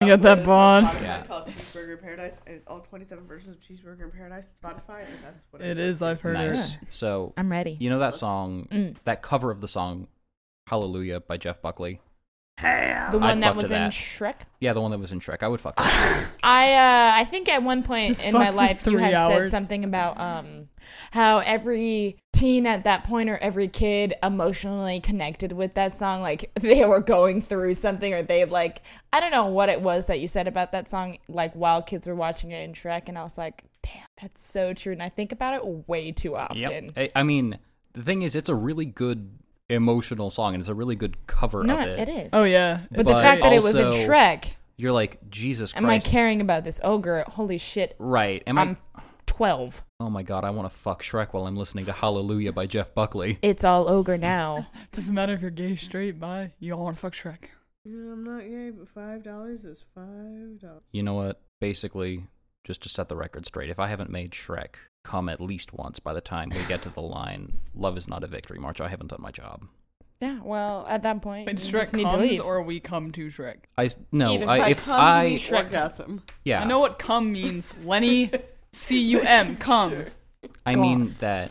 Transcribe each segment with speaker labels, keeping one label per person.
Speaker 1: You got that bond.
Speaker 2: Spotify
Speaker 3: Yeah.
Speaker 2: called Cheeseburger Paradise, and it's all 27 versions of Cheeseburger Paradise on Spotify, and that's what
Speaker 1: It is. I've heard it.
Speaker 3: Nice. So
Speaker 4: I'm ready.
Speaker 3: you know that song,
Speaker 4: Mm.
Speaker 3: that cover of the song "Hallelujah" by Jeff Buckley.
Speaker 4: the one
Speaker 3: I'd fuck
Speaker 4: that
Speaker 3: to
Speaker 4: was in
Speaker 3: that.
Speaker 4: Shrek.
Speaker 3: Yeah, the one that was in Shrek. I would fuck. that.
Speaker 4: I uh, I think at one point
Speaker 1: Just
Speaker 4: in
Speaker 1: fuck
Speaker 4: my
Speaker 1: for
Speaker 4: life you
Speaker 1: three
Speaker 4: had
Speaker 1: hours.
Speaker 4: said something about um how every teen at that point or every kid emotionally connected with that song like they were going through something or they like I don't know what it was that you said about that song like while kids were watching it in Shrek and I was like damn that's so true and I think about it way too often.
Speaker 3: Yep. I, I mean, the thing is, it's a really good emotional song, and it's a really good cover
Speaker 4: No,
Speaker 3: of it.
Speaker 4: it is.
Speaker 1: Oh yeah.
Speaker 4: but,
Speaker 1: It's
Speaker 4: the
Speaker 3: But
Speaker 4: fact that it was in
Speaker 3: also-
Speaker 4: Shrek,
Speaker 3: You're like Jesus Christ.
Speaker 4: am I caring about this ogre? Holy shit!
Speaker 3: Right. Am I?
Speaker 4: I'm 12.
Speaker 3: Oh my god, I want to fuck Shrek while I'm listening to Hallelujah by Jeff Buckley.
Speaker 4: It's all ogre now.
Speaker 1: oh, doesn't matter if you're gay, straight, bi. You all want to fuck Shrek.
Speaker 2: Yeah, I'm not gay, but five dollars is five dollars.
Speaker 3: You know what? Basically, just to set the record straight, if I haven't made Shrek come at least once by the time we get to the line, Love is not a victory march, I haven't done my job.
Speaker 4: Yeah, well, at that point,
Speaker 1: When
Speaker 4: you
Speaker 1: Shrek
Speaker 4: just need to
Speaker 1: comes,
Speaker 4: leave.
Speaker 1: or we come to Shrek.
Speaker 3: I s- no,
Speaker 2: Either
Speaker 3: I
Speaker 2: by
Speaker 3: if
Speaker 2: cum,
Speaker 3: I
Speaker 2: meat, or orgasm.
Speaker 3: yeah,
Speaker 1: I know what "cum" means. Lenny, C U M, cum.
Speaker 3: I mean that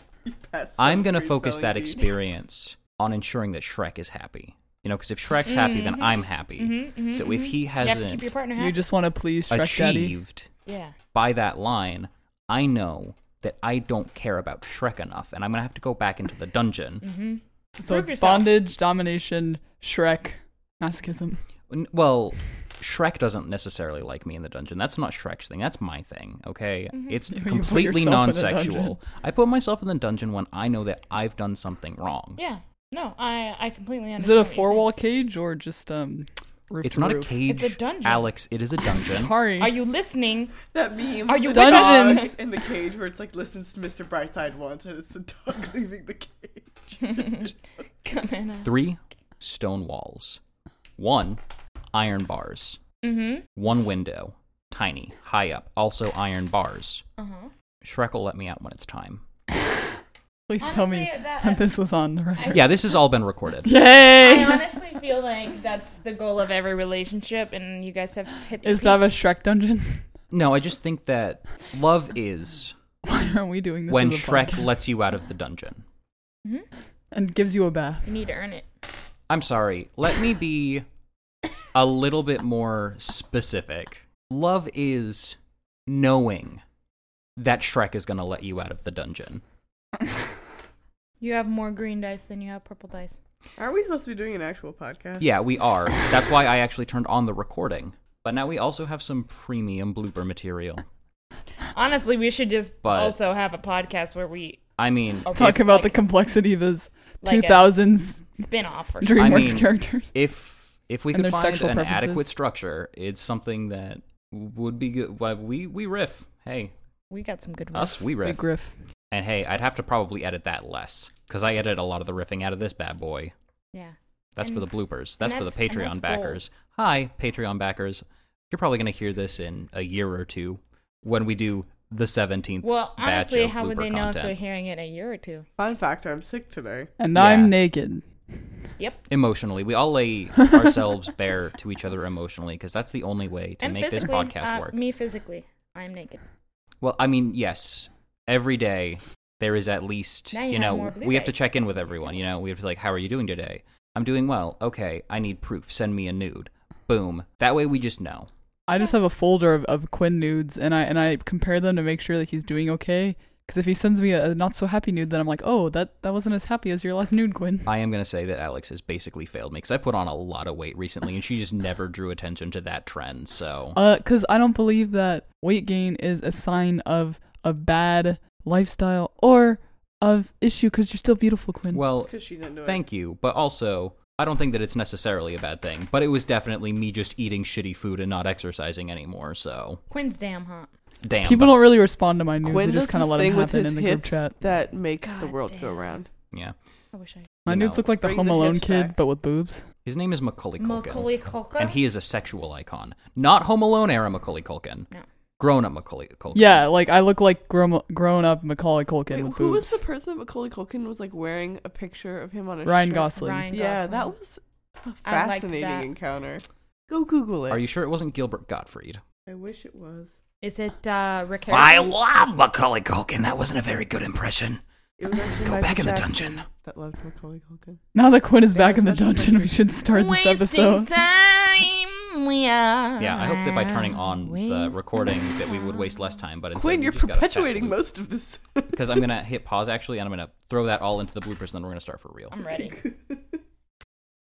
Speaker 2: That's
Speaker 3: I'm
Speaker 2: some
Speaker 3: going to
Speaker 2: free
Speaker 3: focus
Speaker 2: spelling
Speaker 3: that
Speaker 2: bee.
Speaker 3: experience on ensuring that Shrek is happy. You know, because if Shrek's happy, then I'm happy. so if he
Speaker 4: you have to keep
Speaker 3: hasn't
Speaker 4: your partner happy.
Speaker 1: You just want to please Shrek Daddy.
Speaker 3: achieved
Speaker 4: yeah.
Speaker 3: by that line, I know that I don't care about Shrek enough, and I'm going to have to go back into the dungeon.
Speaker 1: So
Speaker 4: Prove
Speaker 1: it's
Speaker 4: yourself.
Speaker 1: bondage, domination, Shrek, masochism.
Speaker 3: N- Well, Shrek doesn't necessarily like me in the dungeon. That's not Shrek's thing. That's my thing. Okay,
Speaker 4: Mm-hmm.
Speaker 3: it's
Speaker 1: put
Speaker 3: completely
Speaker 1: yourself in the
Speaker 3: non-sexual.
Speaker 1: dungeon.
Speaker 3: I put myself in the dungeon when I know that I've done something wrong.
Speaker 4: Yeah. No, I I completely
Speaker 1: Is
Speaker 4: understand.
Speaker 1: it a
Speaker 4: what you're
Speaker 1: four-wall cage or just um? Roof
Speaker 3: It's
Speaker 1: to
Speaker 3: not a
Speaker 1: roof?
Speaker 3: cage,
Speaker 4: It's a dungeon.
Speaker 3: Alex. It is a dungeon.
Speaker 1: Sorry.
Speaker 4: saying. Are you listening?
Speaker 2: That meme.
Speaker 4: Are
Speaker 2: Are
Speaker 4: you
Speaker 2: you
Speaker 4: with
Speaker 2: the
Speaker 1: us?
Speaker 2: dogs in the cage where it's like listens to Mr. Brightside once, and it's the dog leaving the cage.
Speaker 4: Come in. uh,
Speaker 3: Three stone walls, one iron bars,
Speaker 4: Mhm.
Speaker 3: one window, tiny, high up, also iron bars.
Speaker 4: Uh-huh.
Speaker 3: Shrek will let me out when it's time.
Speaker 1: Please tell me
Speaker 4: Honestly, that-
Speaker 1: that this was on the record.
Speaker 3: Yeah, this has all been recorded.
Speaker 4: I
Speaker 1: Yay!
Speaker 4: honestly feel like that's the goal of every relationship and you guys have hit
Speaker 1: Is
Speaker 4: the
Speaker 1: to have a Shrek dungeon?
Speaker 3: No, I just think that love is
Speaker 1: Why aren't we doing this?
Speaker 3: when
Speaker 1: as a
Speaker 3: Shrek
Speaker 1: podcast?
Speaker 3: lets you out of the dungeon.
Speaker 1: and gives you a bath.
Speaker 4: Mm-hmm. You need to earn it.
Speaker 3: I'm sorry. Let me be a little bit more specific. Love is knowing that Shrek is going to let you out of the dungeon.
Speaker 4: You have more green dice than you have purple dice.
Speaker 2: Aren't we supposed to be doing an actual podcast?
Speaker 3: Yeah, we are. That's why I actually turned on the recording. But now we also have some premium blooper material.
Speaker 4: Honestly, we should just
Speaker 3: But-
Speaker 4: also have a podcast where we
Speaker 3: I mean,
Speaker 4: are
Speaker 1: Talk
Speaker 4: with,
Speaker 1: about the
Speaker 4: like,
Speaker 1: complexity of his
Speaker 4: like a-
Speaker 1: 2000s
Speaker 4: spin-off or something.
Speaker 1: DreamWorks
Speaker 3: I mean-
Speaker 1: characters.
Speaker 3: if if we
Speaker 1: And
Speaker 3: could
Speaker 1: their
Speaker 3: find
Speaker 1: sexual
Speaker 3: an
Speaker 1: preferences.
Speaker 3: adequate structure, it's something that would be good. Why we we riff. Hey,
Speaker 4: We got some good ones.
Speaker 3: us we riff.
Speaker 1: Big Griff.
Speaker 3: And hey, I'd have to probably edit that less because I edit a lot of the riffing out of this bad boy.
Speaker 4: Yeah.
Speaker 3: That's for
Speaker 4: And-
Speaker 3: the bloopers.
Speaker 4: and
Speaker 3: That's, for the
Speaker 4: that's- and
Speaker 3: Patreon
Speaker 4: that's gold.
Speaker 3: backers. Hi, Patreon backers. You're probably going to hear this in a year or two when we do the 17th.
Speaker 4: Well,
Speaker 3: batch
Speaker 4: honestly,
Speaker 3: of
Speaker 4: how would
Speaker 3: blooper
Speaker 4: they know if
Speaker 3: content.
Speaker 4: they're hearing it a year or two?
Speaker 2: Fun fact: I'm sick today.
Speaker 1: And
Speaker 3: Yeah.
Speaker 1: I'm naked.
Speaker 4: Yep.
Speaker 3: Emotionally, we all lay ourselves bare to each other emotionally because that's the only way to
Speaker 4: and
Speaker 3: make this
Speaker 4: physically,
Speaker 3: podcast
Speaker 4: uh,
Speaker 3: work.
Speaker 4: Me physically, I'm naked.
Speaker 3: Well, I mean, yes, every day there is at least,
Speaker 4: Now
Speaker 3: you,
Speaker 4: you have more
Speaker 3: know,
Speaker 4: blue
Speaker 3: we have to
Speaker 4: rays.
Speaker 3: check in with everyone. You know, we have to like, how are you doing today? I'm doing well. Okay, I need proof. Send me a nude. Boom. That way we just know.
Speaker 1: I just have a folder of, of Quinn nudes, and I and I compare them to make sure that he's doing okay. Because if he sends me a, a not so happy nude, then I'm like, oh, that that wasn't as happy as your last nude, Quinn.
Speaker 3: I am going to say that Alex has basically failed me because I put on a lot of weight recently and she just never drew attention to that trend. So,
Speaker 1: Uh, because I don't believe that weight gain is a sign of a bad lifestyle or of issue. Because you're still beautiful, Quinn.
Speaker 3: well,
Speaker 2: Because she's into it.
Speaker 3: thank you. But also, I don't think that it's necessarily a bad thing, but it was definitely me just eating shitty food and not exercising anymore. So,
Speaker 4: Quinn's damn hot.
Speaker 3: damn.
Speaker 1: People don't really respond to my nudes.
Speaker 2: Quinn
Speaker 1: they just
Speaker 2: does
Speaker 1: kind of
Speaker 2: this
Speaker 1: let them
Speaker 2: thing with
Speaker 1: happen
Speaker 2: his
Speaker 1: in the group
Speaker 2: hips
Speaker 1: chat.
Speaker 2: that makes the
Speaker 4: God
Speaker 2: world go
Speaker 4: damn.
Speaker 2: round.
Speaker 3: yeah.
Speaker 4: I wish I.
Speaker 1: My
Speaker 3: you
Speaker 1: nudes
Speaker 3: know,
Speaker 1: look like the
Speaker 2: bring
Speaker 1: Home
Speaker 2: the
Speaker 1: Alone
Speaker 2: hips
Speaker 1: kid,
Speaker 2: back.
Speaker 1: but with boobs.
Speaker 3: His name is Macaulay Culkin.
Speaker 4: Macaulay Culkin.
Speaker 3: and he is a sexual icon, not Home Alone era Macaulay Culkin,
Speaker 4: No.
Speaker 3: grown up Macaulay Culkin.
Speaker 1: Yeah, like I look like grown, grown up Macaulay Culkin
Speaker 2: Wait,
Speaker 1: with
Speaker 2: who was
Speaker 1: boobs.
Speaker 2: the person Macaulay Culkin was like wearing a picture of him on a
Speaker 1: Ryan
Speaker 2: shirt?
Speaker 1: Gosling.
Speaker 4: Ryan
Speaker 2: Yeah,
Speaker 4: Gosling.
Speaker 2: that was a
Speaker 4: I liked
Speaker 2: fascinating
Speaker 4: that.
Speaker 2: encounter. Go Google it.
Speaker 3: Are you sure it wasn't Gilbert Gottfried?
Speaker 2: I wish it was.
Speaker 5: Is it uh, Rick
Speaker 3: I
Speaker 5: Harrison?
Speaker 3: love Macaulay Culkin. That wasn't a very good impression.
Speaker 2: It was actually
Speaker 3: Go
Speaker 2: Michael
Speaker 3: back in the
Speaker 2: Jackson
Speaker 3: dungeon.
Speaker 2: That loved Macaulay Culkin.
Speaker 1: Now that Quinn is back in the
Speaker 2: that's what
Speaker 1: dungeon, we should start this episode.
Speaker 4: time. We are.
Speaker 3: Yeah, I hope that by turning on the recording that we would waste less time. But instead,
Speaker 2: Quinn,
Speaker 3: we
Speaker 2: you're
Speaker 3: just got a fat
Speaker 2: perpetuating
Speaker 3: loop.
Speaker 2: most of this.
Speaker 3: because I'm gonna hit pause actually, and I'm gonna throw that all into the bloopers, and then we're gonna start for real.
Speaker 4: I'm ready.